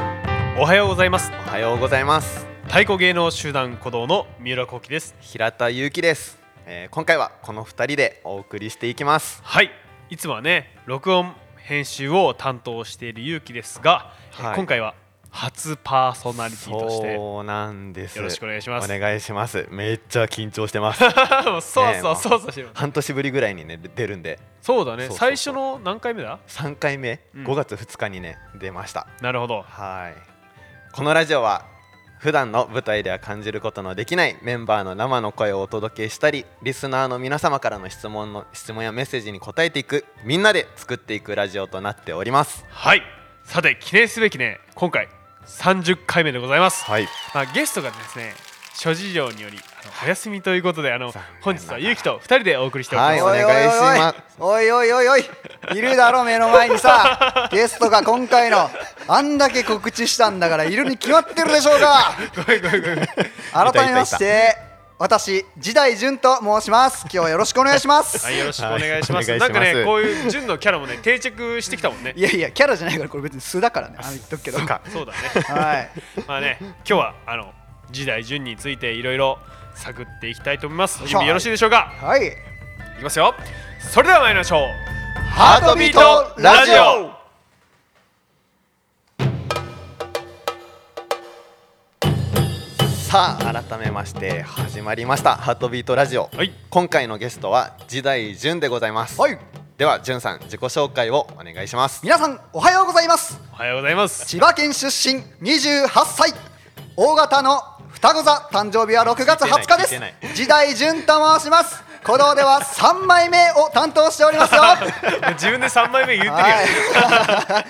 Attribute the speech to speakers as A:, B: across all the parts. A: はようございます
B: おはようございます
A: 太鼓芸能集団鼓動の三浦幸喜です
B: 平田祐希です、えー今回はこの2人でお送りしていきます
A: はいいつもはね録音編集を担当している勇気ですが、
B: はい
A: え今回は初パーソナリティとして
B: そうなんです
A: よろしくお願いします
B: お願いしますめっちゃ緊張してます
A: もうそう
B: ねえ
A: そ
B: も
A: う
B: う
A: そうそうしてる
B: 半年ぶりぐらいにね出るんで
A: そうだね
B: そうそうそう
A: 最初の何回目だ
B: 3回目
A: うん
B: 5月2日にね、出ました
A: なるほど
B: はいこのラジオは普段の舞台では感じることのできないメンバーの生の声をお届けしたりリスナーの皆様からの質問の質問やメッセージに答えていくみんなで作っていくラジオとなっております
A: はいさて記念すべきね今回30回目でございます、
B: はい
A: まあ、ゲストがですね諸事情によりあのお休みということであの
B: 残念なが
A: 本
B: ら
A: 日は勇気と2人でお送りしておりま
B: は
A: す、
B: いお願いします
C: おいおいおいおいいるだろ目の前にさゲストが今回のあんだけ告知したんだからいるに決まってるでしょうが
A: ごめんごめんごめん
C: 改めまして私時代淳と申します今日はよろしくお願いします、
A: はい、よろしくお願いします。
B: はいお願いしま
A: な
B: す
A: んかね、こういう純のキャラもね、定着してきたもんね
C: い、。やいやキャラじゃないからこれ別に素だからねあの言っとくけど
B: か
A: そう だね。
C: はい
A: まあね、今日はあの時代順についていろいろ探っていきたいと思います。準
C: よいしょ
A: 備よろしいでしょうか。
C: はい
A: いきますよ。それでは参りましょう。
C: ハートビートラジオ。
B: さあ改めまして始まりました「ハートビートラジオ」
A: はい
B: 今回のゲストは時代淳でございます、
C: はい
B: では淳さん自己紹介をお願いします
C: 皆さんおはようございます
A: おはようございます。
C: 千葉県出身28歳大型の双子座誕生日は6月20日で
B: 聞いてない聞
C: す時代順と申します鼓動では3枚目を担当しております よ
A: 自分で三枚目言ってるよ
C: は。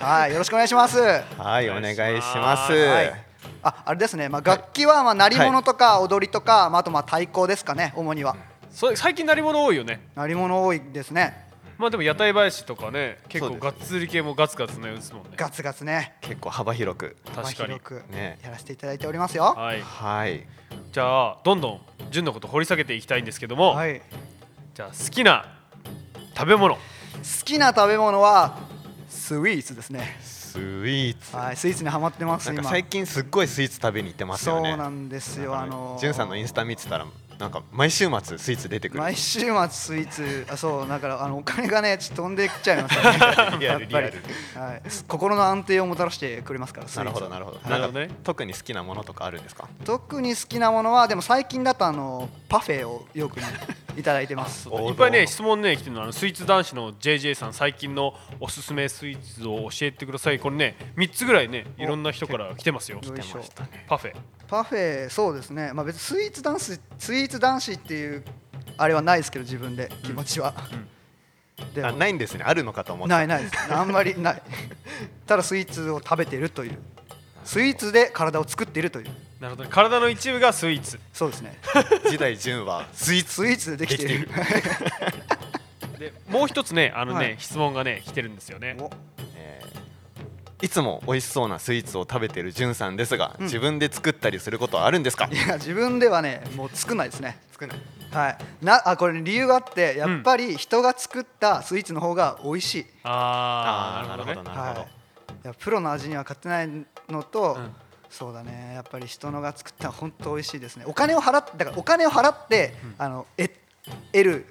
C: い、はい、よろしくお願いします
B: はいお願いします、
C: はいああれですね、まあ、楽器はまあ鳴り物とか踊りとか、まあ、あとまあ太鼓ですかね主には
A: そう最近鳴り物多いよね。
C: 鳴り物多いですね
A: まあでも屋台林とかね、結
B: そ
A: 構
B: うです
A: がっつり系もガツガツね打つもんね。
C: ガツガツね
B: 結構幅広く
A: 確か
C: まあ
A: に
C: 広。く
B: ね
C: やらせていただいておりますよは
A: はい。
B: はい
A: じゃあどんどん順のこと掘り下げていきたいんですけども、
C: い
A: じゃあ好きな食べ物。
C: 好きな食べ物はスイーツですね
B: スイーツ
C: はいスイーツにハマってます
B: なん
C: 今
B: か最近すっごいスイーツ食べに行ってますよね
C: そうなんですよ
B: なん
C: あ
B: かね
C: のー
B: 淳さんのインスタ見てたらなんか毎週末スイーツ出てくる
C: 毎週末スイーツあそうだからあのお金がねちょっと飛んできちゃいますよね
B: リ
C: や
B: ア
C: っ
B: ルリ
C: ぱ
B: ア
C: り
B: ル
C: はい心の安定をもたらしてくれますからスイー
B: な
C: ツ
B: る
C: は
B: ほどなるほど
A: なるほどね
B: んか特に好きなものとかあるんですか
C: 特に好きなものはでも最近だとあのパフェをよくねいただいてま す
B: 王道
A: いっぱいね質問ね来てるのあのスイーツ男子の JJ さん最近のおすすめスイーツを教えてくださいこれね3つぐらいねいろんな人から来てますよ
C: よいしょ
A: パフェ
C: パフェそうですねまあ別にスイーツ男子スイーツ男子っていうあれはないですけど自分で気持ちは、で
B: あ
C: も
B: ないんですねあるのかと思って
C: ないないですあんまりないただスイーツを食べてるというスイーツで体を作っているという
A: なるほど、ね、体の一部がスイーツ
C: そうですね
B: 時代淳は
C: スイーツスイーツでできている
A: でもう一つねあのね、
C: はい
A: 質問がね来てるんですよね
C: お
B: えーいつも美味しそうなスイーツを食べてるじゅんさんですが、自分で作ったりすることはあるんですか
C: いや自分ではねもう作んないですね
B: 作らない
C: はいなあこれ理由があってやっぱり人が作ったスイーツの方が美味しい、
A: あー
B: あー
A: な
B: な
A: るほど
B: るほど
A: ね
B: なる
C: は
B: ほ
C: い
B: ど、
C: いやプロの味には勝てないのと、
A: うん
C: そうだねやっぱり人のが作ったのは本当美味しいですねお金を払ってだからお金を払って、あのえ得る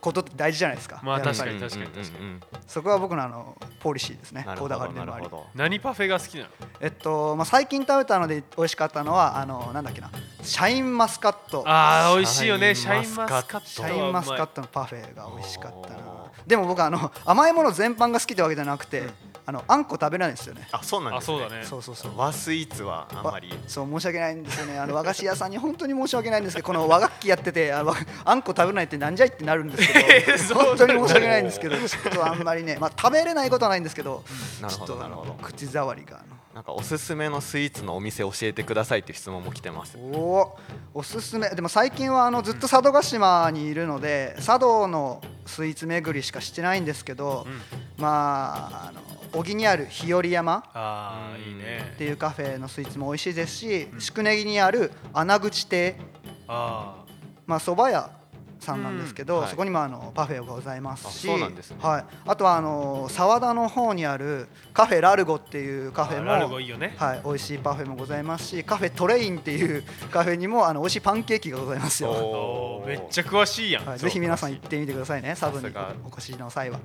C: ことって大事じゃないですか、
A: まあ
C: やっぱり
A: 確かに
B: うんうんうんうん
A: 確か
C: そこは僕のあのポリシーですね
B: なる
C: こ
B: ほ
C: だ
B: ど
C: わりで
B: なる
C: もあり
B: ほど
A: 何パフェが好きなの
C: えっとまあ、最近食べたので美味しかったのはあのなんだっけなシャインマスカット
A: あー美味しいよねシ
B: シ
A: ャ
B: ャ
A: イ
B: イ
A: ン
B: ン
A: マ
B: マ
A: ス
B: ス
A: カ
B: カ
A: ッ
B: ッ
A: トは
B: ト
C: シャインマスカットのパフェが美味しかったなでも僕あの甘いもの全般が好きってわけじゃなくて、あのあんこ食べないんですよね
B: あそう
A: う
B: な
A: ま
B: ん
A: いあ
B: です、
A: そ
B: ね、
A: うだね
C: そうそうそう
B: 和スイーツはあんまり
C: わそう申し訳ないんですよねあの和菓子屋さんに本当に申し訳ないんですけどこの和楽器やっててあわあんこ食べないってなんじゃいってなるんで すけ
A: えそ
C: ど
A: うなの
C: 本当に申し訳ないんですけどちょっとあんまりね、まあ、食べれないことはないんですけど
B: なる
C: ちょ
B: ほ
C: っ
B: ど
C: と
B: なるほど
C: 口触りがあの
B: なんかおすすめのスイーツのお店教えてくださいっていう質問も来てます
C: おーおすすめでも最近はあのずっと佐渡島にいるので佐渡のスイーツ巡りしかしてないんですけど、まああの小木にある日和山
A: あーいい
C: っ
A: ね
C: ていうカフェのスイーツも美味しいですし、宿根木にある穴口亭
A: あ
C: まあ蕎麦屋さんなんですけど、
B: うんはい
C: そこにもあのパフェがございますし
B: あそうなんですね
C: はい、あとはあの沢田の方にあるカフェラルゴっていうカフェ
A: あ
C: も
A: ラルゴいいよね
C: はい、美味しいパフェもございますしカフェトレインっていうカフェにもあの美味しいパンケーキがございますよ、
A: おーめっちゃ詳しいやん、
C: はい、ぜひ皆さん行ってみてくださいねサブ
B: さ
C: に
B: すが
C: お越しの際は、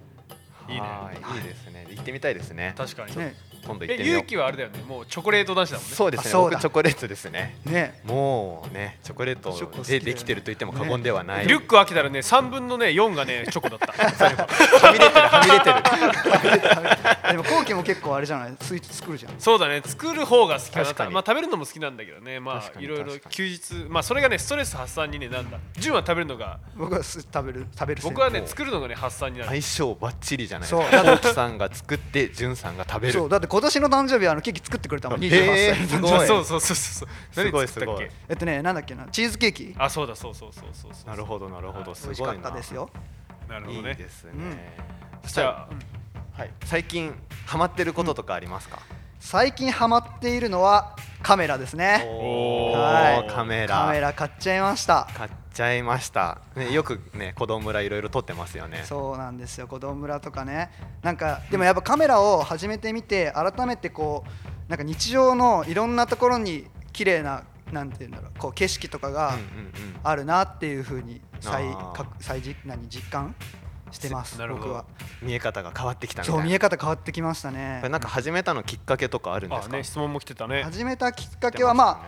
A: いいね
B: はーいいいですね行ってみたいですね
A: 確かに、
C: ね
B: 今度行っ
A: え
B: てみよ
A: 勇
B: う
A: 気はあれだよねもうチョコレート男子だもんね
B: そうです
C: あ
B: ね
C: そうだ
B: 僕チョコレートですね
C: ね
B: もうねチョコレート
C: チョコ好きだ
B: で
C: よね
B: できてると言っても過言ではない、
A: リュック開けたらね3分のね4がねチョコだった 最後
B: はみ出てるはみ出てる
C: でも後期も結構あれじゃないスイーツ作るじゃん
A: そうだね作る方が好きかな
B: 確かに
A: まあ食べるのも好きなんだけどねま
B: 確か
A: あ
B: に
A: いろいろ
B: 確かに
A: 休日まあそれがねストレス発散にねなんだ純は食べるのが
C: 僕はす食べる食べる
A: 僕はね
B: そう
A: 作るのがね発散になる
B: 相性バッチリじゃないです
C: そうだ
B: かトさんが作ってじゅんさんが食べる
C: そうだって今年の誕生日はあのケーキ作ってくれたもん28
B: へ ー
C: 歳
B: すご
C: の誕生日
B: い
A: あそうそうそうそう
B: すごい
A: 何作ったっ
B: すご
A: け
B: い
C: えっとねなんだっけなチーズケーキ
A: あそうだそうそうそうそうそう
B: なるほどなるほどす
C: 美
B: ごい
C: 味し
B: な
C: かったですよ
A: なるほ
B: い
A: ど
B: い
A: ね
B: ですね、
A: じゃあ
B: はい、最近ハマってることとかありますか、
C: 最近ハマっているのはカメラですね
A: おー
C: はい
B: カメラ
C: カメラ買っちゃいました
B: 買っちゃいました、ね、よくね子供村いろいろ撮ってますよね
C: そうなんですよ子供村とかねなんかでもやっぱカメラを始めてみて改めてこうなんか日常のいろんなところに綺麗ななんていうんだろうこう景色とか
B: うん
C: が
B: うんうん
C: あるなっていうふうに再
B: あー
C: か再実何実感してます
A: なるほど
C: 僕は
B: 見え方が変わってきたみたい
C: そう
B: な
C: 見え方変わってきましたね
B: なんか始めたのきっかけとかあるんです
A: あ
B: か、
A: ね質問も来てたね
C: 始めたきっかけはまあ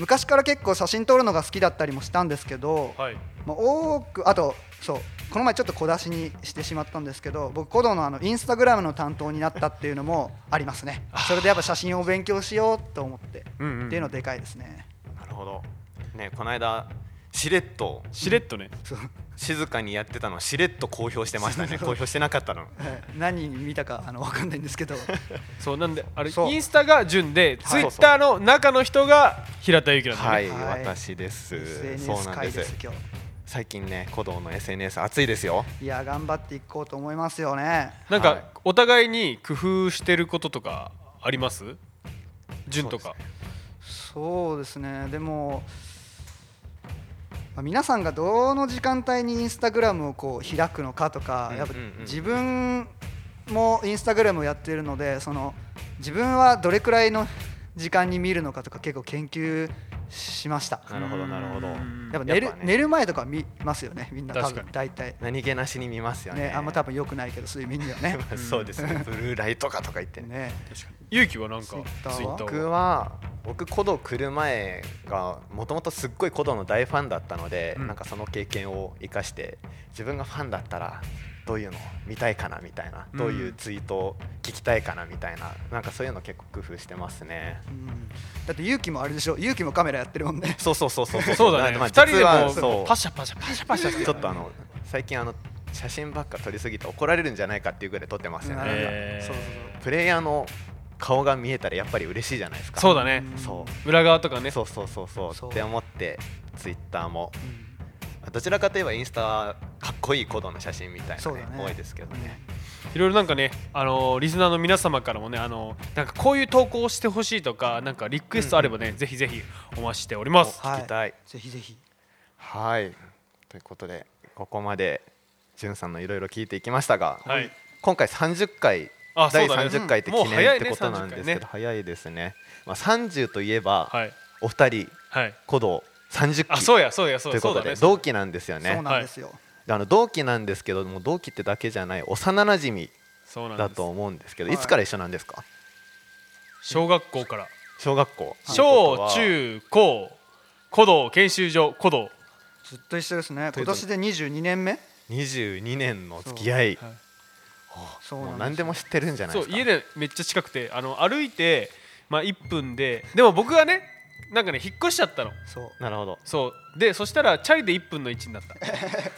C: 昔から結構写真撮るのが好きだったりもしたんですけど、
A: はい
C: まあ、多くあとそうこの前ちょっと小出しにしてしまったんですけど僕コドのあのインスタグラムの担当になったっていうのもありますねそれでやっぱ写真を勉強しようと思って、
A: うんうん
C: っていうのでかいですね
B: なるほどねこの間しれっと
A: しれっとね
C: そう、は
B: 静かにやってたのをしれっと公表してました ね公表してなかったの
C: い何見たかあの分かんないんですけど
A: そうなんであれ
C: そう
A: インスタが純でツ
C: は
A: イ
C: い
A: ッターの中の人が平田由紀なんだ
B: は
A: ね
B: い、
C: はい
B: 私ですそう
C: SNS
B: なんで
C: 会ですす今
B: 最近ね鼓動の SNS 熱いですよ
C: 日いや頑張っていこうと思いますよね
A: なん
B: はい
A: かお互いに工夫してることとかあります純とか
C: そうですねでも、まあ、皆さんがどの時間帯にインスタグラムをこう開くのかとか、
B: うん
C: やっぱ
B: うんうん
C: 自分もインスタグラムをやっているのでその自分はどれくらいの時間に見るのかとか結構研究しました
B: なるほどなるほど
A: うん
C: やっぱ寝る
B: やっぱね
C: 寝る前とか見ますよねみんな多
A: 確か
C: 分
A: に
C: 大体
B: 何気なしに見ますよね
C: ねあんま 多分良くないけど睡眠にはね
B: そうですねブルーライトかとか言ってね
C: ね
A: 勇気はなんかツイ
C: Twitter
A: ッ
C: は
A: ター
B: 僕
A: は
B: は僕古道来る前がもともとすっごい古道の大ファンだったので、
A: うん
B: なんかその経験を生かして自分がファンだったらどういうの見たいかなみたいな、
A: うん
B: どういうツイートを聞きたいかなみたいななんかそういうの結構工夫してますね。
C: うん、だって勇気もあれでしょ勇気もカメラやってるもんね
B: そうそうそうそう
A: そうだね
B: まあ
A: 二人
B: 実は
A: でも
B: そう
A: パシャパシャパシャパシャして
B: ちょっとあの最近あの写真ばっか撮りすぎて怒られるんじゃないかっていうぐらい撮ってますよね。
C: な
B: なんか
A: へー
C: そうそうそう
B: プレイヤーの顔が見えたらやっぱり嬉しいじゃないですか。
A: そうだね
C: うん
B: そう
A: 裏側とかね
B: そうそうそうそう
C: そう
B: って思ってツイッターも
C: うん
B: どちらかといえばインスタはかっこいいコードの写真みたいな
C: そう
B: ね
C: だね
B: 多いですけどね
A: いろいろなんかねあのーリスナーの皆様からもねあのーなんかこういう投稿をしてほしいとかなんかリクエストあればねぜひぜひお待ちしております
C: はい
B: 聞きたい
C: ぜひぜひ
B: はいということでここまでじゅんさんのいろいろ聞いていきましたが、
A: はい
B: 今回30回
A: あ
B: 第
A: そうだね
B: 30回って
A: うんもう
B: 記念
A: 早
B: っ
A: いね
B: てことなんですけ
A: 30回
B: ど
A: ね
B: 早いですね、まあ、30といえば、
A: はい
B: お二人
A: はい
B: コード30
A: あ
B: 期
A: そうやそうやそ
B: と
A: う
B: い
A: や
B: う
A: そ
B: こ
A: う
B: と
A: だ
B: で
A: ね
B: 同期なんですよ
C: そう
B: ね
C: なんですよ、
B: であの同期なんですけども同期ってだけじゃない幼なじみ
A: そうなん
B: だ
A: です
B: と思うんですけど
C: はい
B: いつから一緒なんですか
A: 小学校から
B: 小学校
A: 小中高古道研修所古道
C: ずっと一緒ですね
B: とい
C: 今
B: うこと
C: 年で22年目
B: 22年の付き合い
A: そうはい
C: そう
B: もう
C: なん
B: 何でも知ってるんじゃない
A: そ
B: で
A: う
B: すか
A: 家でめっちゃ近くてあの歩いて、まあ、1分ででも僕がねなんかね引っ越しちゃったの
C: そう
B: なるほど
A: そうでそしたらチャリで1分の1になった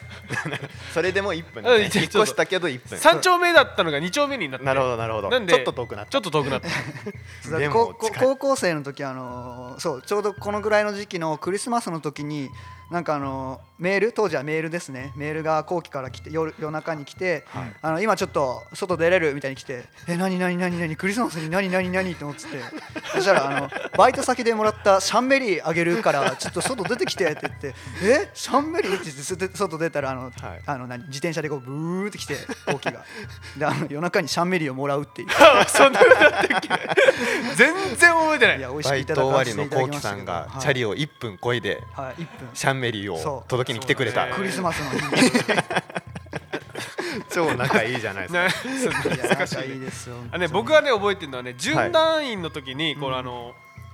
B: それでも1分
A: うん
B: だね
A: ちょ
B: 引っ越したけど1分
A: 3丁目だったのが2丁目になって
B: なるほどなるほど
A: なんで
B: ちょっと遠くなっ
A: ちょ
B: た
A: っと遠くなった
C: だから
B: で
C: 高
B: も
C: 校
B: 近い
C: 高校生の時あのーそうちょうどこのぐらいの時期のクリスマスの時になんかあのーメール当時はメールですねメールが後期から来て夜夜中に来て、あの今ちょっと外出れるみたいに来てえ何何何何クリスマスに何何何と思っててそしたらあのバイト先でもらったたシャンベリーあげるからちょっと外出てきてって言って「えシャンベリー?」って言ってすで外出たらあの、
B: はい
C: あの何自転車でこうブーってきて大きがであの夜中にシャンベリーをもらうっていう
A: そんなことだったっけ全然覚えてない
C: いや美味し
B: バ
C: く
B: イ
C: いただ
B: ト終
C: か
B: わ
C: せ
B: り
C: て
B: の
C: いただ
B: コウ
C: き
B: キ
C: ました
B: さ
C: け
B: ん
C: ど
B: が
C: はい
B: チャリを1分こいで
C: はい1分
B: シャンメリー
C: そ
B: を
C: う
B: 届けに来てくれた
A: そうだね
C: クリスマスの日
B: 超仲いいじゃないですか
A: なそう
C: にい
A: 懐
C: やな
A: か
C: ん
A: し
C: か
A: いね
C: いいですよ
A: あね、僕がね覚えてるのはね準団員の時に、このあの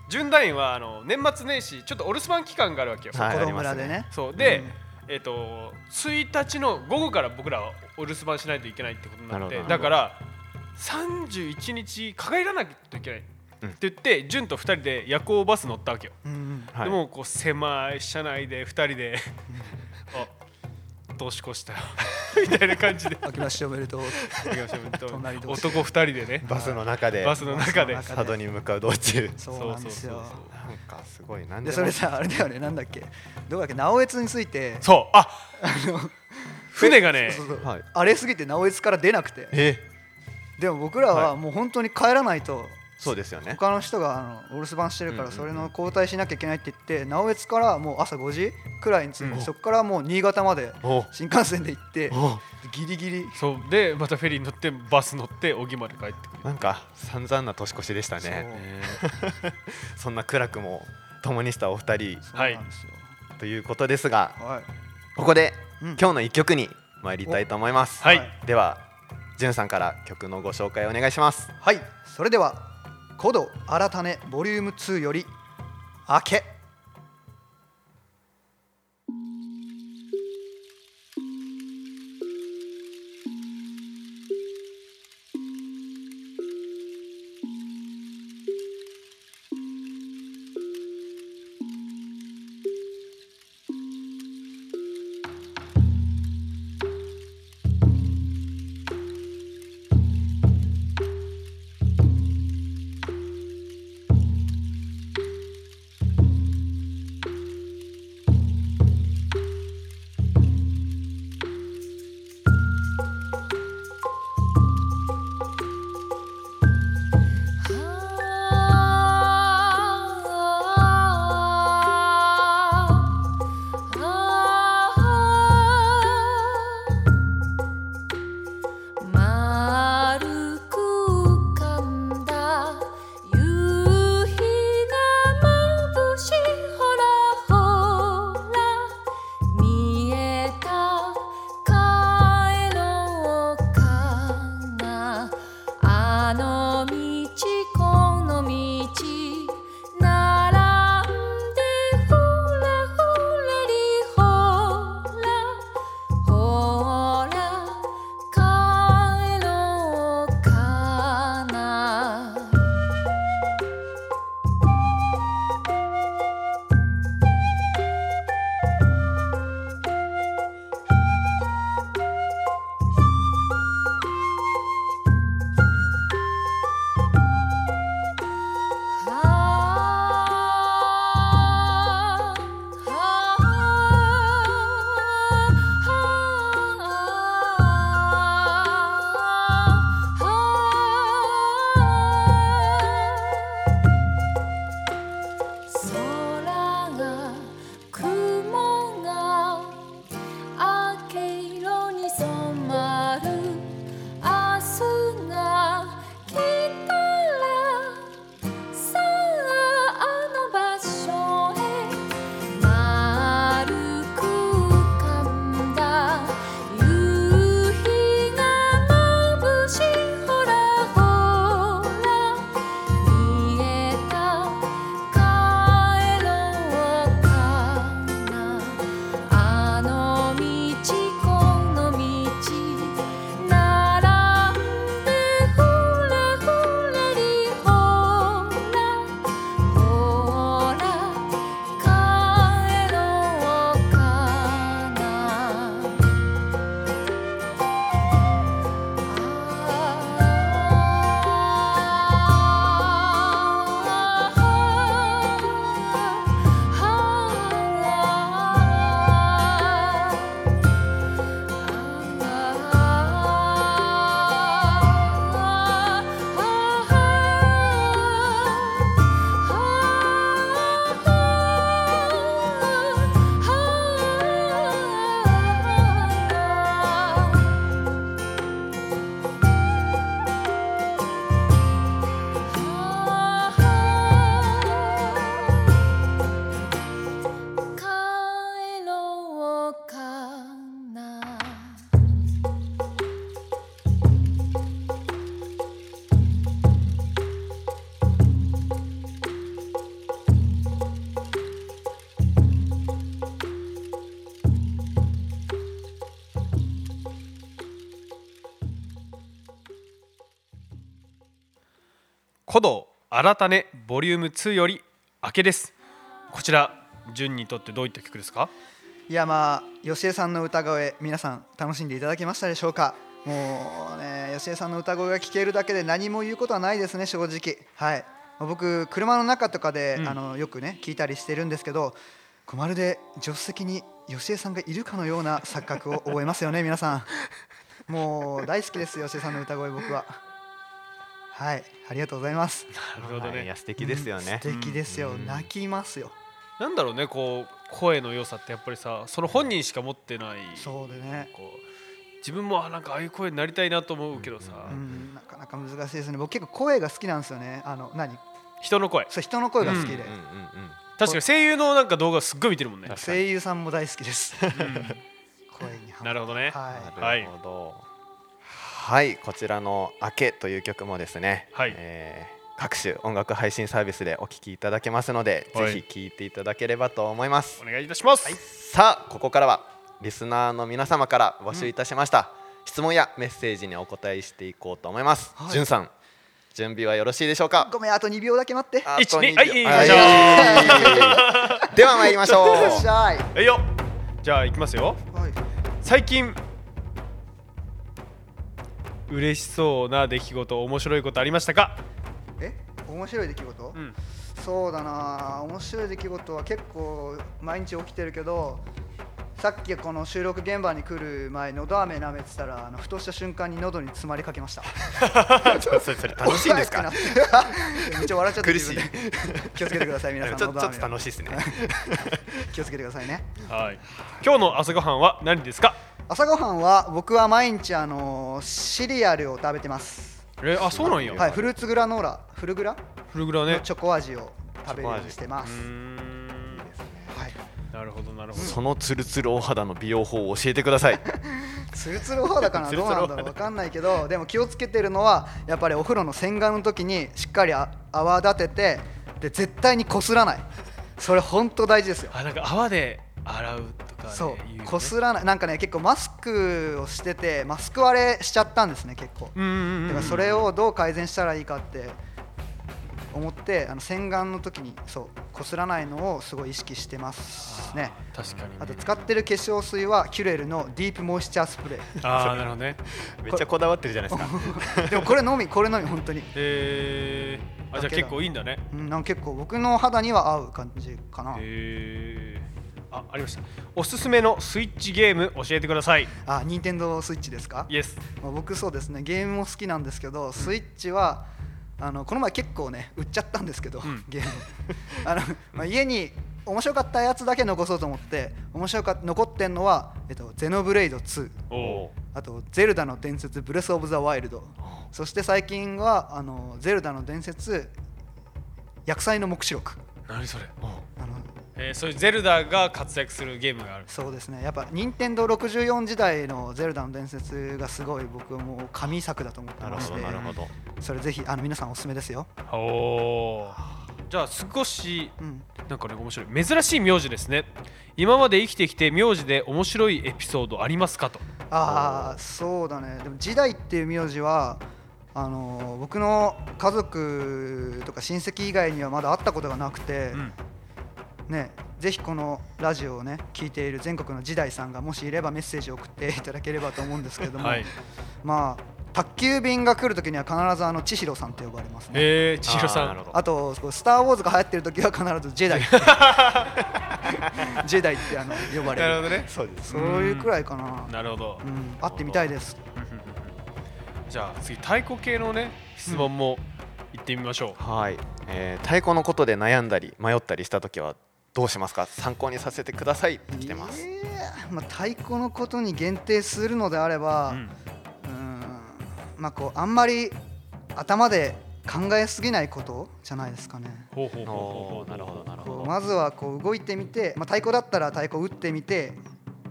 A: 準団員はあの年末年始ちょっとお留守番期間があるわけよ、
B: は
C: 子
B: いあり
C: 供
B: ま
C: 村
B: す
C: でね
A: そうで、
C: うん
A: えっ、と1日の午後から僕らはお留守番しないといけないってことになっ
B: な
A: て
B: るほど
A: だから31日輝らなきゃいけない、
B: う
A: っ
B: ん
A: て言って潤と2人で夜行バス乗ったわけよ、
C: うん
B: はい
A: でもこう狭い車内で2人 であ年越したよ みたいな感じで
C: 明けましておめでとう
A: 行きましょう
C: 隣同士
A: 男2人でね
B: バスの中で
A: バスの中で
C: バスの中
B: 佐渡に向かう道中
C: そうなんですよ
B: なんかすごいなん
C: で
B: で
C: それさあれだよねなんだっけどうだっけ直江津について
A: そうあ船がね
C: そうそうそう
B: はい
C: 荒れすぎて直江津から出なくて
B: え
C: でも僕ら
B: は
C: はもう本当に帰らないと
B: そうですよね
C: 他の人があのお留守番してる
B: うん
C: から
B: うんうん
C: それの交代しなきゃいけないって言って直江津からもう朝5時くらいに着い
B: うん
C: てそこからもう新潟まで
B: お
C: 新幹線で行って
B: お
C: ギリギリ
A: そうでまたフェリーに乗ってバス乗って小木まで帰ってくる
B: なんか散々な年越しでした
C: そう
B: ねそんな苦楽も共にしたお二人
C: そうなんですよ
B: ということですが
C: はい
B: ここで
C: うん
B: 今日の一曲に参りたいと思います
A: はい、
C: はい
B: ではじゅんさんから曲のご紹介お願いします
C: はいそれでは「古道改めボリューム2より「明け」
D: 「
A: 古道新ねボリューム2より明けですこちら純にとってどういった曲ですか
C: いやまあ吉江さんの歌声皆さん楽しんでいただけましたでしょうかもうね吉江さんの歌声が聴けるだけで何も言うことはないですね正直はい僕車の中とかで、
A: うん
C: あのよくね聞いたりしてるんですけどこうまるで助手席に吉江さんがいるかのような錯覚を覚えますよね 皆さんもう大好きです吉江さんの歌声僕ははいありがとうございます
A: なるほど
B: はいいや
A: ね
B: 素敵ですよね、
C: 素敵ですよ
B: うん
C: 泣きますよ
A: なんだろうねこう声の良さってやっぱりさその本人しか持ってない
C: そうでね
A: こう自分もあなんかああいう声になりたいなと思うけどさ、
C: うん、なかなか難しいですね。僕結構声が好きなんですよね。あの何？
A: 人の声
C: そう人の声が好き
B: うん
C: で、
B: うんうん
A: 確かに声優のなんか動画すっごい見てるもんね、
B: 確か
C: 声優さんも大好きです。声にハマ
A: なるほどね
C: は
B: なるほど。はい、こちらの「明け」という曲もですね、
A: はい
B: えー各種音楽配信サービスでお聴きいただけますので、
A: はい
B: ぜひ聴いていただければと思います。
A: お願いいたします、
B: さあここからはリスナーの皆様から募集いたしました、質問やメッセージにお答えしていこうと思います、
C: はい
B: じゅんさん準備はよろしいでしょう
C: い。
B: か
C: ごめんあと2秒だけ待って。
B: あ
A: 一
B: と
A: 二
B: 二
A: はい
B: 秒
A: いい
B: は
A: よいしょ
B: いでは参りましょう
C: よっしゃい。
A: えいよじゃあ行きますよ
C: はい。
A: 最近嬉しそうな出来事面白いことありましたか、
C: え？面白い出来事？
A: うん、
C: そうだな。面白い出来事は結構毎日起きてるけど。さっきこの収録現場に来る前のど飴舐めてたらあのふとした瞬間に喉に詰まりかけました
B: それそれ楽しいんですか
C: 怖いってなってめっちゃ笑っちゃって
B: 苦しい
C: 気をつけてください皆さん
B: ちょ
C: 喉
B: ちょっ
C: 飴
B: と楽しいですね
C: 気をつけてくださいね
A: はい今日の朝ごはんは何ですか
C: 朝ごはんは僕は毎日あのシリアルを食べてます
A: えあそうなんや、
C: はいフルーツグラノーラフルグラ
A: フルグラ
C: の
A: ね
C: チョコ味を食べるようにしてま
A: う
C: す
A: ーん
C: はい
A: なるほどなるほど
B: そのツルツルお肌の美容法を教えてください
C: ツルツル方だから
A: ツル
C: どう
A: ツル
C: な
A: 肌
C: んだろうわかんないけどでも気をつけてるのはやっぱりお風呂の洗顔の時にしっかりあ泡立ててで絶対にこすらないそれ本当大事ですよ
A: あなんか泡で洗うとか、ね、
C: そう
A: 言よね
C: こすらないなんかね結構マスクをしててマスク割れしちゃったんですね結構
A: うんうんうん
C: だからそれをどう改善したらいいかって思ってあの洗顔の時にそうこすらないのをすごい意識してますね
A: あー確かに、ね、
C: あと使ってる化粧水はキュレルのディープモイスチャースプレ
A: あーなるほどね
B: めっちゃこだわってるじゃない ですか
C: ーでもこれのみこれのみ本当に
A: えー、あじゃあ結構いいんだね
C: うんなんか結構僕の肌には合う感じかな
A: えー、あありましたおすすめのスイッチゲーム教えてください
C: あ任天堂スイッチですか
A: イエス
C: まあ僕そうですねゲームも好きなんですけどスイッチは、あのこの前結構ね売っちゃったんですけど、
A: ん
C: ゲーム あの、まあ、家に面白かったやつだけ残そうと思って面白かっ残ってんのは、えっと「ゼノブレイド2
A: おお」
C: あと「ゼルダの伝説ブレス・オブ・ザ・ワイルド」そして最近は「あのゼルダの伝説薬剤の黙示録
A: ー何それ」
C: あの
A: えー、そういうゼルダが活躍するゲームがある
C: そうですねやっぱ任天堂64時代の「ゼルダの伝説」がすごい僕はもう神作だと思って
B: なる
C: まし
B: ほど
C: て
B: なるほど
C: それぜひあの皆さんおすすめですよ、
A: おおじゃあ少し
C: うん、
A: なんかね面白い珍しい名字ですね今まで生きてきて名字で面白いエピソードありますかと
C: ああそうだねでも「時代」っていう名字はあのー僕の家族とか親戚以外にはまだ会ったことがなくて、
A: うん
C: ねぜひこのラジオをね聞いている全国の時代さんがもしいればメッセージを送っていただければと思うんですけども、
A: はい
C: まあ宅急便が来るときには必ずあの千尋さんって呼ばれますね。
A: えー、千尋さ
B: あーなる
A: ん
B: ほど
C: あと「スター・ウォーズ」が流行ってる時は必ず「ジ ェダイ」ジェダイってあの呼ばれる
A: どね
B: そうです
C: そういうくらいかな、
A: なるほど、
C: うん、会ってみたいです
A: じゃあ次太鼓系のね質問も行ってみましょう、
B: はい、えー、太鼓のことで悩んだり迷ったりした時はどうしますか参考にさせてくださいって来てます、
C: いやーまあ、太鼓のことに限定するのであれば、
A: う
C: うん
A: ん、
C: んまあ、こうあんまり頭で考えすぎないことじゃないですかね。
A: ほうほうほうほうほ
B: お
A: う
B: ーなるほどなる
C: こ
B: ほ
C: う
B: ど
C: まずはこう動いてみて、まあ、太鼓だったら太鼓打ってみて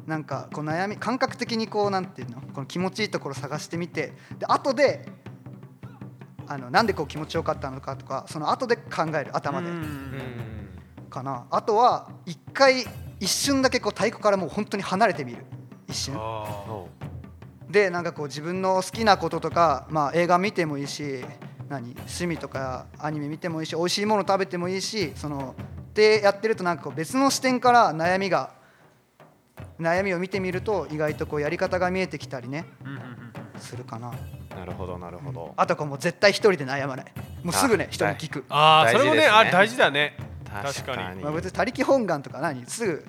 C: なんかこう悩み感覚的にこうなんていうのこの気持ちいいところ探してみてで後であのなんでこう気持ちよかったのかとかその後で考える頭で
B: うん
C: かなあとは一回一瞬だけこう太鼓からもう本当に離れてみる一瞬
A: あ
B: おう
C: でなんかこう自分の好きなこととか、まあ、映画見てもいいし何趣味とかアニメ見てもいいし美味しいもの食べてもいいしそのでやってるとなんかこう別の視点から悩みが悩みを見てみると意外とこうやり方が見えてきたりね
A: うんうんうん
C: するかな
B: なるほどなるほど
C: あとこうもう絶対一人で悩まないもうすぐね
B: あ
C: 人に聞く、
A: ああそれもねあ
B: 大事ですね
A: 大事だね確
B: 確か
A: か
B: に
C: まあ、別に他力本願とか何すぐ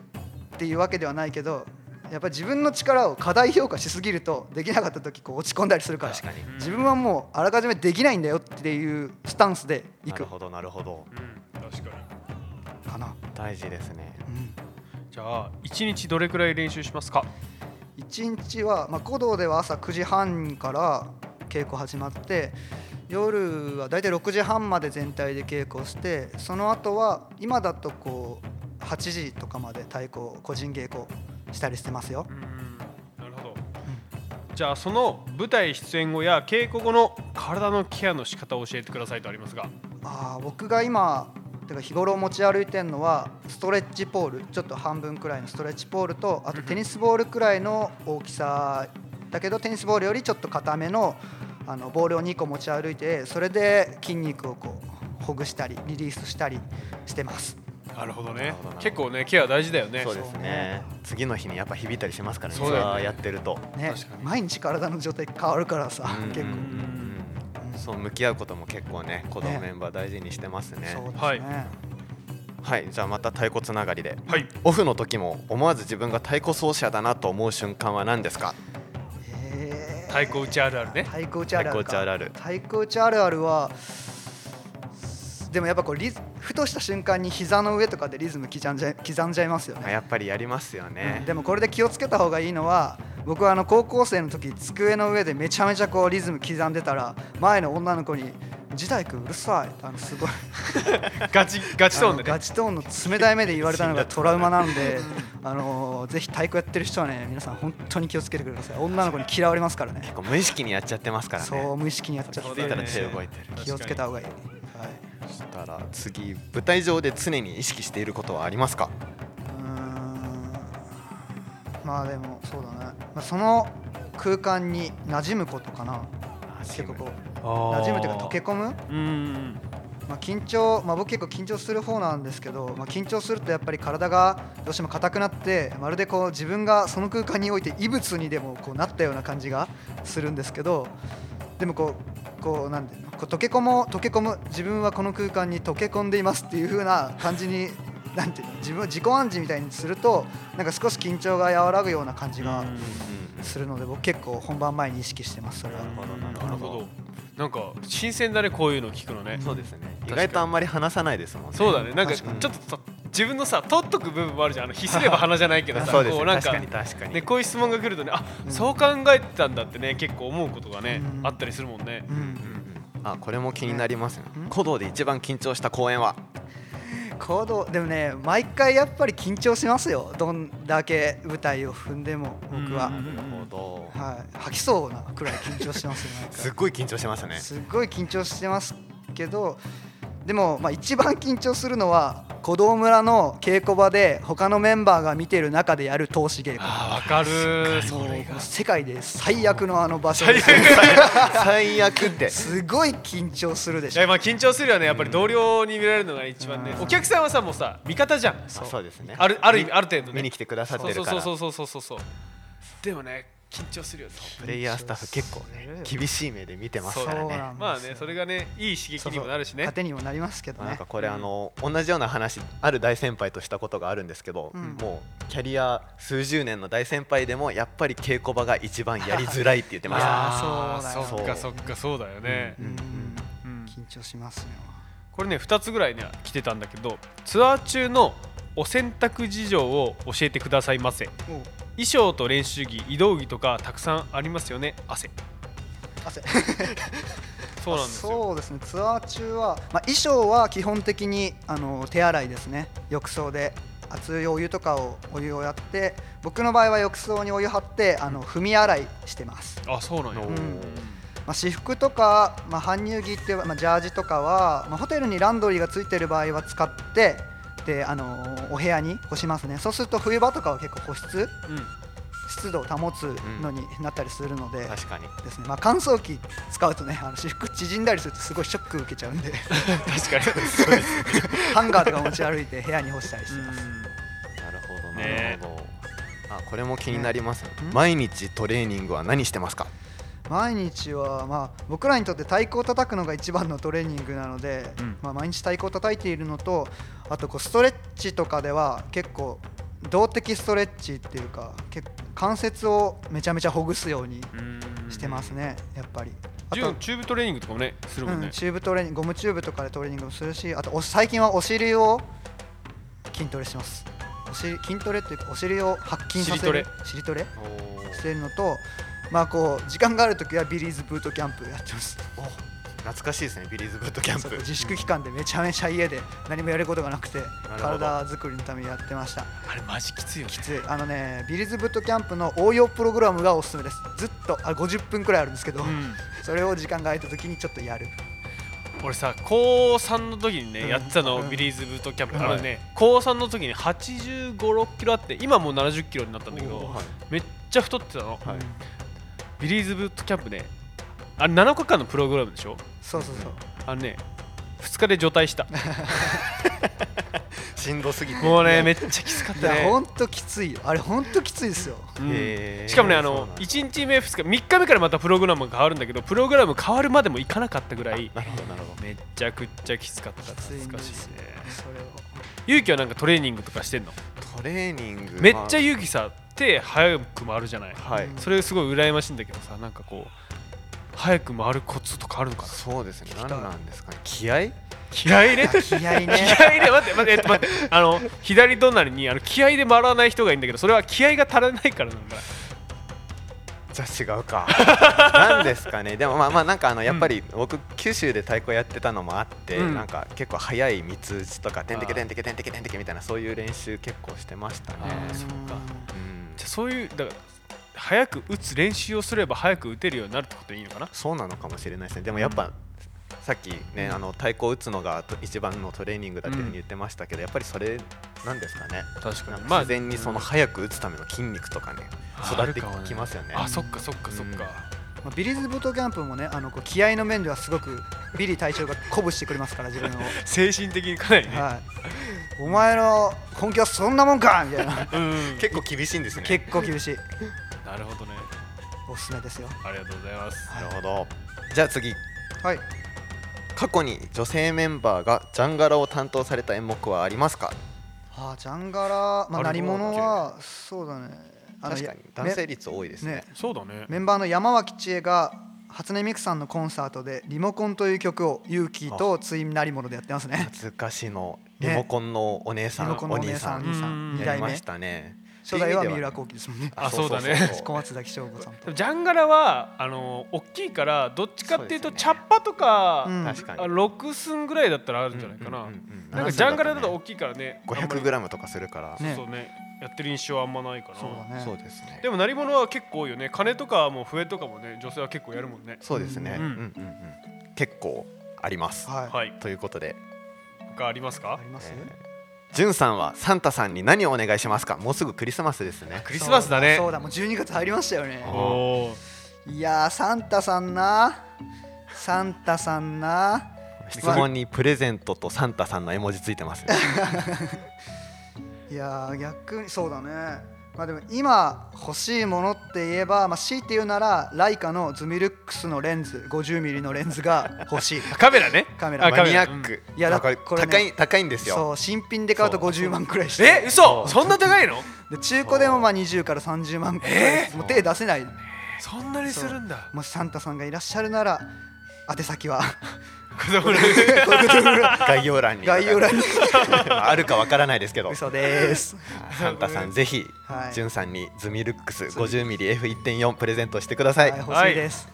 C: っていうわけではないけどやっぱり自分の力を過大評価しすぎるとできなかった時こう落ち込んだりするから
B: 確かに
C: 自分はもうあらかじめできないんだよっていうスタンスでい
B: なる
C: く
B: ほどなるほど
A: うん確かに
C: かな、
B: 大事ですね
C: うん、
A: じゃあ一日どれくらい練習しますか
C: 1日は、まあ、古道では朝9時半から稽古始まって夜は大体6時半まで全体で稽古をしてその後は今だとこう8時とかまで太鼓を個人稽古したりしてますよ
A: う。んなるほどじゃあその舞台出演後や稽古後の体のケアの仕方を教えてくださいとありますが
C: あー僕が今てか日頃持ち歩いてるのはストレッチポールちょっと半分くらいのストレッチポールとあとテニスボールくらいの大きさだけどテニスボールよりちょっと硬めのあのボールを2個持ち歩いてそれで筋肉をこうほぐしたりリリースしたりしてます。
A: なるほど
B: なる
A: ね
B: ほどなるほど
A: 結構ねケア大事だよね
B: そうです
C: そう
B: ね
C: ね
B: 次の日にやっぱ響いたりしますからね
A: そうだよね
B: ツアーやってると
C: ね
A: 確かに、
C: 毎日体の状態変わるからさ
B: うん
C: 結構、
B: うんうんうんそう向き合うことも結構ね子供
C: ね
B: メンバー大事にしてますね
C: そうですね、
A: はい
B: はいじゃあまた太鼓つながりで
A: はい
B: オフの時も思わず自分が太鼓奏者だなと思う瞬間は何ですか
C: えー
A: 太鼓打ちあるあるね
C: 太鼓打ちあるある
B: 太鼓打ちあるある
C: 太鼓打ちあるあるはでもやっぱこうリズふとした瞬間に膝の上とかでリズム刻んじゃい刻んじゃいますよ
B: あ
C: ね、
B: やっぱりやりますよね
C: でもこれで気をつけた方がいいのは僕はあの高校生の時机の上でめちゃめちゃこうリズム刻んでたら前の女の子に「時代君うるさい」あのすごい
A: ガチガチトーンで
C: あのガ
A: ね
C: チトーンの冷たい目で言われたのがトラウマな んで、あのーぜひ太鼓やってる人はね皆さん本当に気をつけてください女の子に嫌われますからね
B: こう無意識にやっちゃってますからね
C: そう無意識にやっちゃ
B: 気
C: っ
B: づい
C: て
B: たら手動いてる
C: 気をつけた方がいい、はい、
B: そしたら次舞台上で常に意識していることはありますか
C: うーんまあでもそうだね、まあ、その空間に馴染むことかな結構こう馴染むというか溶け込む、
A: うんうん
C: まあ、緊張、まあ、僕結構緊張する方なんですけど、まあ、緊張するとやっぱり体がどうしても硬くなってまるでこう自分がその空間において異物にでもこうなったような感じがするんですけどでもこうこうなんていうのこう溶け込もう溶け込む自分はこの空間に溶け込んでいますっていう風な感じになんていうの自分自己暗示みたいにするとなんか少し緊張が和らぐような感じがするので僕結構本番前に意識してますそれは。
A: なるほどなんか新鮮だねこういうの聞くのね
B: そうですね意外とあんまり話さないですもんね
A: そうだねなんかち
C: 確
A: ょ
C: か
A: っ
B: に
A: とさ自分のさ取っとく部分もあるじゃんあのひすれば鼻じゃないけど
B: あ
A: さ
B: そうです
A: こ
B: ね
A: うなん
B: 確
A: か
B: かに確かに
A: ね、こういう質問が来るとねあ、
C: うん
A: そう考えてたんだってね結構思うことがね、
C: うん
A: あったりするもんね
C: う、ん
B: あこれも気になりますね
C: うん
B: 古道で一番緊張した公演は
C: 行動でもね毎回やっぱり緊張しますよどんだけ舞台を踏んでも僕は、
A: うん
B: なるほど
C: はい、吐きそうなくらい緊張してますよ
B: すっ
C: 毎
B: ごい緊張してましたね
C: 回すっごい緊張してますけどでも、まあ、一番緊張するのは小道村の稽古場で他のメンバーが見てる中でやる投資稽古
A: あ分かるそ
C: も
A: れ
C: う
A: が
C: 世界で最悪のあの場所
A: 最
C: で
A: 悪
B: 最悪って
C: すごい緊張するで
A: い
C: し
A: や
C: ょ
A: まあ緊張するよねやっぱり同僚に見られるのが一番ね、
C: うん
A: お客さんはさもうさ味方じゃん
B: あそうですね
A: あるある意味ある程度ね
B: 見に来てくださってるから
A: そうそうそうそうそうそうそうでもね緊張するよね
B: プレイヤースタッフ結構ね厳しい目で見てますから
A: そう
B: ね
C: なんですよ
A: まあねそれがねいい刺激にもなるしね
C: 糧にもなりますけど
B: まあなん
C: ね
B: かこれあの同じような話ある大先輩としたことがあるんですけど、
C: うん
B: もうキャリア数十年の大先輩でもやっぱり稽古場が一番やりづらいって言ってました。
A: あ
C: いやー
A: ー
B: そう
A: そ
B: だよね
A: っかそっかそうだよね、
C: うん
A: うん
C: 緊張しますよ
A: これね2つぐらいね来てたんだけどツアー中のお洗濯事情を教えてくださいませ
C: おう
A: 衣装と練習着移動着とかたくさんありますよね汗
C: 汗
A: そうなんですよ
C: そうですねツアー中は、まあ、衣装は基本的にあの手洗いですね浴槽で熱いお湯とかをお湯をやって僕の場合は浴槽にお湯張ってあの踏み洗いしてます、
A: あそうなんや
B: お
A: う
B: ー
C: んまあ、私服とか、まあ、搬入着っていう、まあ、ジャージとかは、まあ、ホテルにランドリーがついてる場合は使ってであのお部屋に干しますねそうすると冬場とかは結構保湿
A: ん
C: 湿度を保つのになったりするので、
B: 確かに
C: ですねまあ、乾燥機使うとねあの私服縮んだりするとすごいショック受けちゃうんで
A: 確かにそうです
C: ハンガーとか持ち歩いて部屋に干したりしてます。
B: なるほど
A: ね
B: なるほどあこれも気になります、
C: ん
B: 毎日トレーニングは何してますか
C: 毎日は、まあ、僕らにとって太鼓を叩くのが一番のトレーニングなので、
A: うん
C: まあ、毎日太鼓を叩いているのとあとこうストレッチとかでは結構動的ストレッチっていうか結構関節をめちゃめちゃほぐすようにしてますねやっぱり。あ
A: チ
C: と
A: ュチューブトレーニングとかもねするもん
C: う
A: ね
C: ん、、チューブトレーニングゴムチューブとかでトレーニングもするしあとお最近はお尻を筋トレしてますお尻筋トレっていうかお尻を発筋させる尻トレしてるのとまあこう時間がある時はビリーズブートキャンプやってます
B: おお懐かしいですねビリーズブートキャン
C: そう
B: プ
C: 自粛期間でめちゃめちゃ家で何もやることがなくて
B: ほど
C: 体作りのためにやってました
A: あれマジきついよね
C: きついあのねビリーズブートキャンプの応用プログラムがおすすめですずっとあ50分くらいあるんですけど、
A: うん
C: それを時間が空いた時にちょっとやる
A: 俺さ高3の時にね、
C: うん
A: やってたの、
C: うん
A: ビリーズブートキャンプ、
B: はい
A: あのね高3の時に8 5 6キロあって今もう7 0キロになったんだけ
B: お
A: ど
B: ーはい
A: めっちゃ太ってたの、
B: はい
A: ビリーズブートキャンプねあれ7日間のプログラムでしょ
C: そうそうそう
A: あのね2日で除隊した
B: しんどすぎて
A: もうねめっちゃきつかっ
C: い
A: た
C: やほ
A: ね、
C: んときついよあれほんときついですよ
A: うん
B: へー
A: しかもねあ
B: そう
A: の
B: なんだ
A: 1日目2日3日目からまたプログラムが変わるんだけどプログラム変わるまでもいかなかったぐらい
B: なるほどなるほど
A: めっちゃくっちゃきつかった
C: きついん
A: 懐
C: で
A: かしいね
C: すよそれを
A: 勇気はなんかトレーニングとかしてんの
B: トレーニング
A: めっちゃ
B: い
A: 勇気さ手早く回るじゃない、
B: はい
C: うん
A: それすごい羨ましいんだけどさなんかこう早く回るコツとかあるのかな
B: そうですね
C: きたい
B: 何なんですかね気合
A: 気合い入れ
C: 気合いね
A: 気合い入れ待って待ってえっと待ってあの左隣にあの気合いで回らない人がいいんだけどそれは気合が足らないからなのかな
B: じゃあ違うか なんですかねでもまあまあなんかあのやっぱり僕九州で太鼓やってたのもあって、
A: うん
B: なんか結構早い三つ打ちとか点滴
A: あー
B: 点滴点滴点滴みたいなそういう練習結構してましたね
A: あーそうか
B: うん
A: じゃあそういうだから早く打つ練習をすれば早く打てるようになるってことでいいのかな
B: そうなのかもしれないですねでもやっぱ、さっきね、あの太鼓を打つのがと一番のトレーニングだっていうふうに言ってましたけど、やっぱりそれなんですかね
A: 確
B: なんか自然にその早く打つための筋肉とかね
A: あ
B: 育ってきますよね
A: あそっかそっかそっか、
C: まあビリーズブートキャンプもねあのこう気合の面ではすごくビリー隊長が鼓舞してくれますから自 分を、
A: 精神的にかなりね、
C: はい、お前の本気はそんなもんかみたいな
A: うん
B: 結構厳しいんですね
C: 結構厳しい
A: なるほどね
C: おすすめですよ
A: ありがとうございます
B: なるほどじゃあ次
C: はい
B: 過去に女性メンバーがジャンガラを担当された演目はありますか
C: あージャンガラ、まあ、
A: あ
C: 鳴
A: れ
C: り
A: どうなんだっ
C: 物
A: け
C: はそうだねあの
B: 確かに
C: や
B: 男性率多いですね
C: ね
A: そうだね
C: メンバーの山脇千恵が初音ミクさんのコンサートで「リモコン」という曲をユーキーとツインなりものでやってますね。
B: 懐かしのリ
C: ね
B: モコンのお姉さ
C: リ
B: ん、
C: モコンの
B: お
C: お
B: 兄
C: 姉
B: さ
C: さん、お
B: ん
C: 兄さ、
A: うんん
C: 二
B: や
C: 代
B: りま
C: 目
B: し。たね
C: 初代は
B: っていう意
C: 三
B: 味で
C: 浦幸輝ですもんね。
A: あそうだね
B: そうそうそう
C: 小松崎翔吾さんと。
A: ジャンガラはあの大きいからどっちかっていう
B: そ
A: と
B: うです
A: 茶
B: よ
A: っ葉とか、
C: うん
B: 確か
A: あ
B: に
A: 六寸ぐらいだったらあるんじゃないかな、
B: うんうんうんうん
A: なんかジャンガラだと大
B: ね
A: きいからね
B: 500グ
A: らい
B: ラムとかするから、
C: ね
A: そうねやってる印象はあんまないかな
C: そうだね。
B: そうですね
A: でも鳴り物は結構多いよね金とかも笛とかもね女性は結構やるもんね
B: そうですね、
A: う
B: うんんうんうん結構あります、
C: は
A: はい
B: ということで、
A: 他あります
C: い。
A: か
C: あります。
B: えー、じゅんさんはサンタさんに何をお願いしますかもうすぐクリスマスですね
A: クリスマスだね
C: そうだ、もう12月入りましたよね
A: お。
B: あ
A: お
C: いやー、サンタさんな。サンタさんな。
B: 質問にプレゼントとサンタさんの絵文字ついてますね
C: いやー、逆にそうだね。まあでも今欲しいものって言えば、まあ、強いて言うならライカのズミルックスのレンズ 50mm のレンズが欲しい
A: カメラね
C: カメラ
A: あ
B: マ
A: カメ
B: ニ
A: ラ
B: アック、
C: うんいやだ
B: これ
C: これね
B: 高い高いんですよ
C: そう新品で買うと
B: そう
C: 50万くらいして
A: え嘘そんな高いの
C: で中古でもまあ20から30万くらいです、もう手出せない
A: そんなにするんだ
C: もしサンタさんがいらっしゃるなら宛 先は
A: 子供の
B: 概要欄に
C: 概 要欄に
B: あるかわからないですけど
C: 嘘です
B: サンタさんぜひ、
C: はい
B: じゅんさんにズミルックス 50mmF1.4 プレゼントしてください
C: はい、
B: はい、
C: 欲しいです、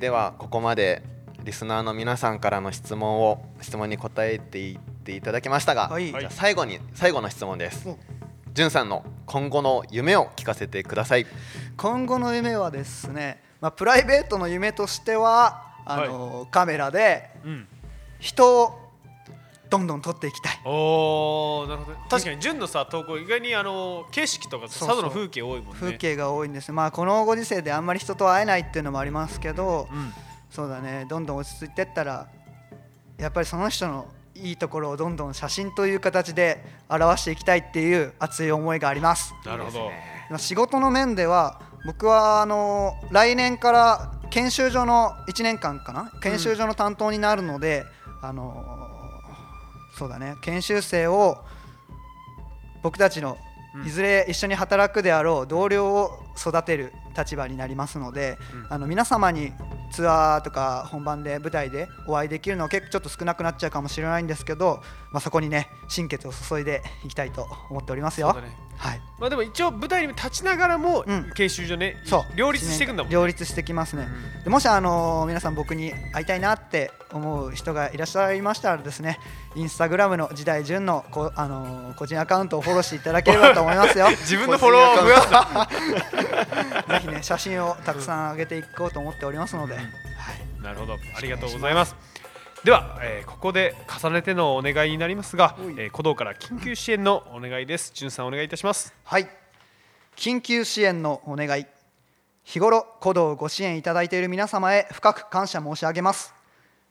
B: ではここまでリスナーの皆さんからの質問を質問に答えていっていただきましたが、
C: はい
B: じゃあ最後に最後の質問です
C: お
B: じゅんさんの今後の夢を聞かせてください
C: 今後の夢はですね、まあ、プライベートの夢としてはあの、カメラで
A: うん
C: 人をどんどん撮っていきたい
A: おーなるほど確かに純のさ投稿意外にあの景色とかさ
C: そうそう
A: 佐渡の風景多いもんね
C: 風景が多いんですねまあこのご時世であんまり人と会えないっていうのもありますけど、
A: うん
C: そうだねどんどん落ち着いてったらやっぱりその人のいいところをどんどん写真という形で表していきたいっていう熱い思いがあります
A: なるほど
C: まあ仕事の面では僕はあの来年から研修所の1年間かな研修所の担当になるので、あのそうだね研修生を僕たちの
A: うん
C: いずれ一緒に働くであろう同僚を育てる立場になりますので、
A: うん
C: あの皆様にツアーとか本番で舞台でお会いできるのは結構ちょっと少なくなっちゃうかもしれないんですけど、まあ、そこにね心血を注いでいきたいと思っておりますよ。
A: そうだね
C: はい
A: まあでも一応舞台に立ちながらも
C: うん
A: 研修所ね
C: そう
A: 両立していくんだもんね
C: 両立してきますね、
A: うん
C: でもし、あのー皆さん僕に会いたいなって思う人がいらっしゃいましたらですねインスタグラムの時代順のこ、あのー個人アカウントをフォローしていただければと思いますよ
A: 自分のフォロワーを増や すな
C: ぜひね写真をたくさん上げていこうと思っておりますので、
A: うん
C: はい、
A: なるほどありがとうございますでは、えーここで重ねてのお願いになりますが、
C: おい
A: えー、鼓動から緊急支援のお願いです潤さんお願いいたします
C: はい、緊急支援のお願い日頃鼓動をご支援いただいている皆様へ深く感謝申し上げます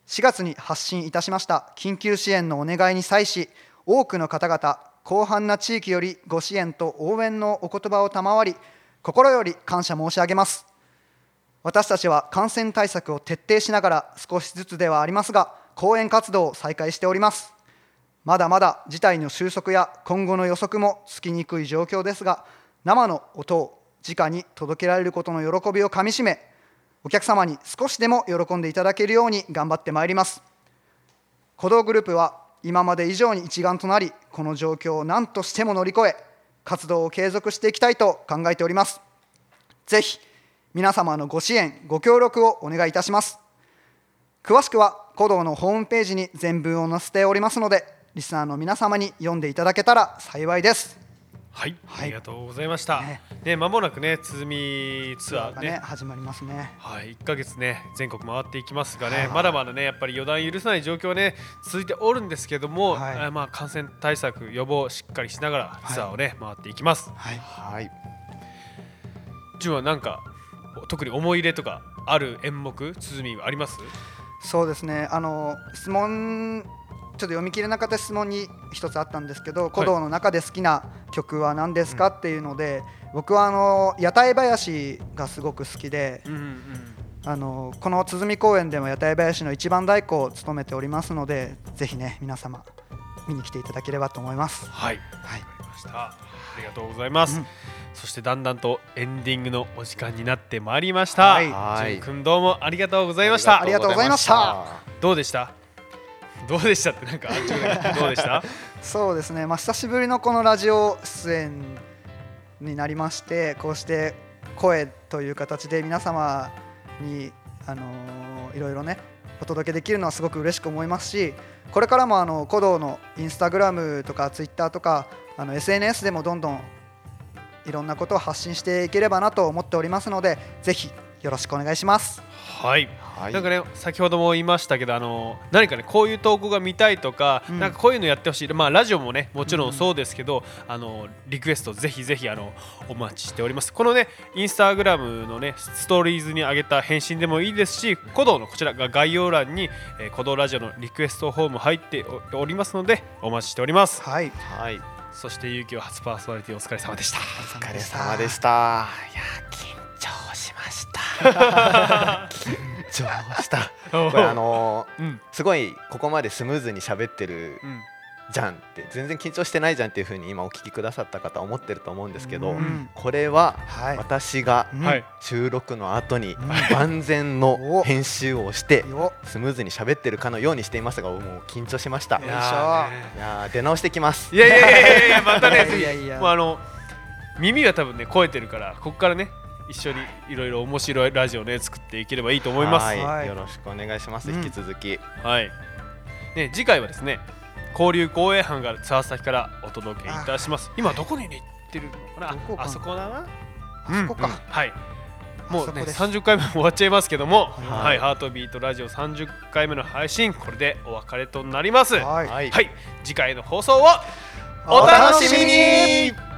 C: 4月に発信いたしました緊急支援のお願いに際し多くの方々広範な地域よりご支援と応援のお言葉を賜り心より感謝申し上げます私たちは感染対策を徹底しながら少しずつではありますが講演活動を再開しておりますまだまだ事態の収束や今後の予測もつきにくい状況ですが生の音を直に届けられることの喜びをかみしめお客様に少しでも喜んでいただけるように頑張ってまいります鼓動グループは今まで以上に一丸となりこの状況を何としても乗り越え活動を継続していきたいと考えておりますぜひ皆様のご支援ご協力をお願いいたします詳しくは鼓動のホームページに全文を載せておりますのでリスナーの皆様に読んでいただけたら幸いです
A: はい、
C: は
A: あ
C: い
A: りがとうございました
C: ね
A: ね間もなくねつづみツアー
C: が
A: ね
C: ね始まりますね
A: はい、1ヶ月ね全国回っていきますがね、
C: はい
A: まだまだねやっぱり予断許さない状況はね続いておるんですけども、
C: はい
A: えーまあ、感染対策予防をしっかりしながら
C: はい
A: ツアーをね、回っていきます。
C: はい
B: はい
A: ジュンはなんか特に思い入れとかある演目鼓はあります？
C: そうですねあの質問ちょっと読み切れなかった質問に一つあったんですけど鼓動の中で好きな曲は何ですかっていうので、僕はあの屋台林がすごく好きで
A: うんうん
C: あのこの鼓公園でも屋台林の一番太鼓を務めておりますのでぜひね皆様見に来ていただければと思います。
A: はい、わ
C: はい
A: かりました。ありがとうございます。
C: うん
A: そしてだんだんとエンディングのお時間になってまいりました。
C: はい
A: ジュン君どうもありがとうございまし
C: あ
A: た
C: り。がとうございました
A: どうでした？どうでしたってなんかあジュンどうで した？
C: そうですね、まあ、久しぶりのこのラジオ出演になりましてこうして声という形で皆様に、あのーいろいろねお届けできるのはすごく嬉しく思いますしこれからもあの鼓動のインスタグラムとかツイッターとかあの SNS でもどんどんいろんなことを発信していければなと思っておりますのでぜひよろしくお願いします。
A: はい。
B: はい
A: なんかね先ほども言いましたけどあの何かねこういう投稿が見たいとか、
C: うん
A: なんかこういうのやってほしいまあラジオもねもちろんそうですけど、あのリクエストぜひぜひあのお待ちしておりますこのねインスタグラムのねストーリーズに上げた返信でもいいですし鼓動のこちらが概要欄にえー鼓動、ラジオのリクエストフォーム入っておおりますのでお待ちしております
C: はい、
B: はい
A: そしてゆうきは初パーソナリティお疲れ様でした
B: お
C: お
B: 疲れ様でしたいや緊張しました緊張したこれあのー
A: うん
B: すごいここまでスムーズに喋ってる
A: うん
B: じゃんって全然緊張してないじゃんっていう風に今お聞きくださった方は思ってると思うんですけど、
C: うん
B: これは
C: はい、
B: 私が
C: うん
A: はい
B: 収録の後に
C: ん
B: 万全の編集をして
C: よ
B: スムーズに喋ってるかのようにしていますがもう緊張しましたい
A: い
C: や
B: や
A: やーね
B: ー出直してきます
A: いやいやいやいやいやまたね
C: いやいや
A: もうあの耳が多分ね超えてるからここからね一緒にいろいろ面白いラジオね作っていければいいと思います
B: は
A: はいい、
C: はい
B: よろしくお願いします、
C: うん
B: 引き続き
A: ね次回はですね交流公演班がツアー先からお届けいたします今どこにね行ってるのかな
C: どこかな
A: あそこだな
C: あそこか、
A: はいもう
C: そこ
A: ね
C: です
A: 30回目も終わっちゃいますけども、はい
B: い
A: ハートビートラジオ30回目の配信これでお別れとなります。
C: はい
A: はい、次回の放送をお
B: お
A: 楽
B: 楽
A: し
B: し
A: み
B: み
A: に
B: に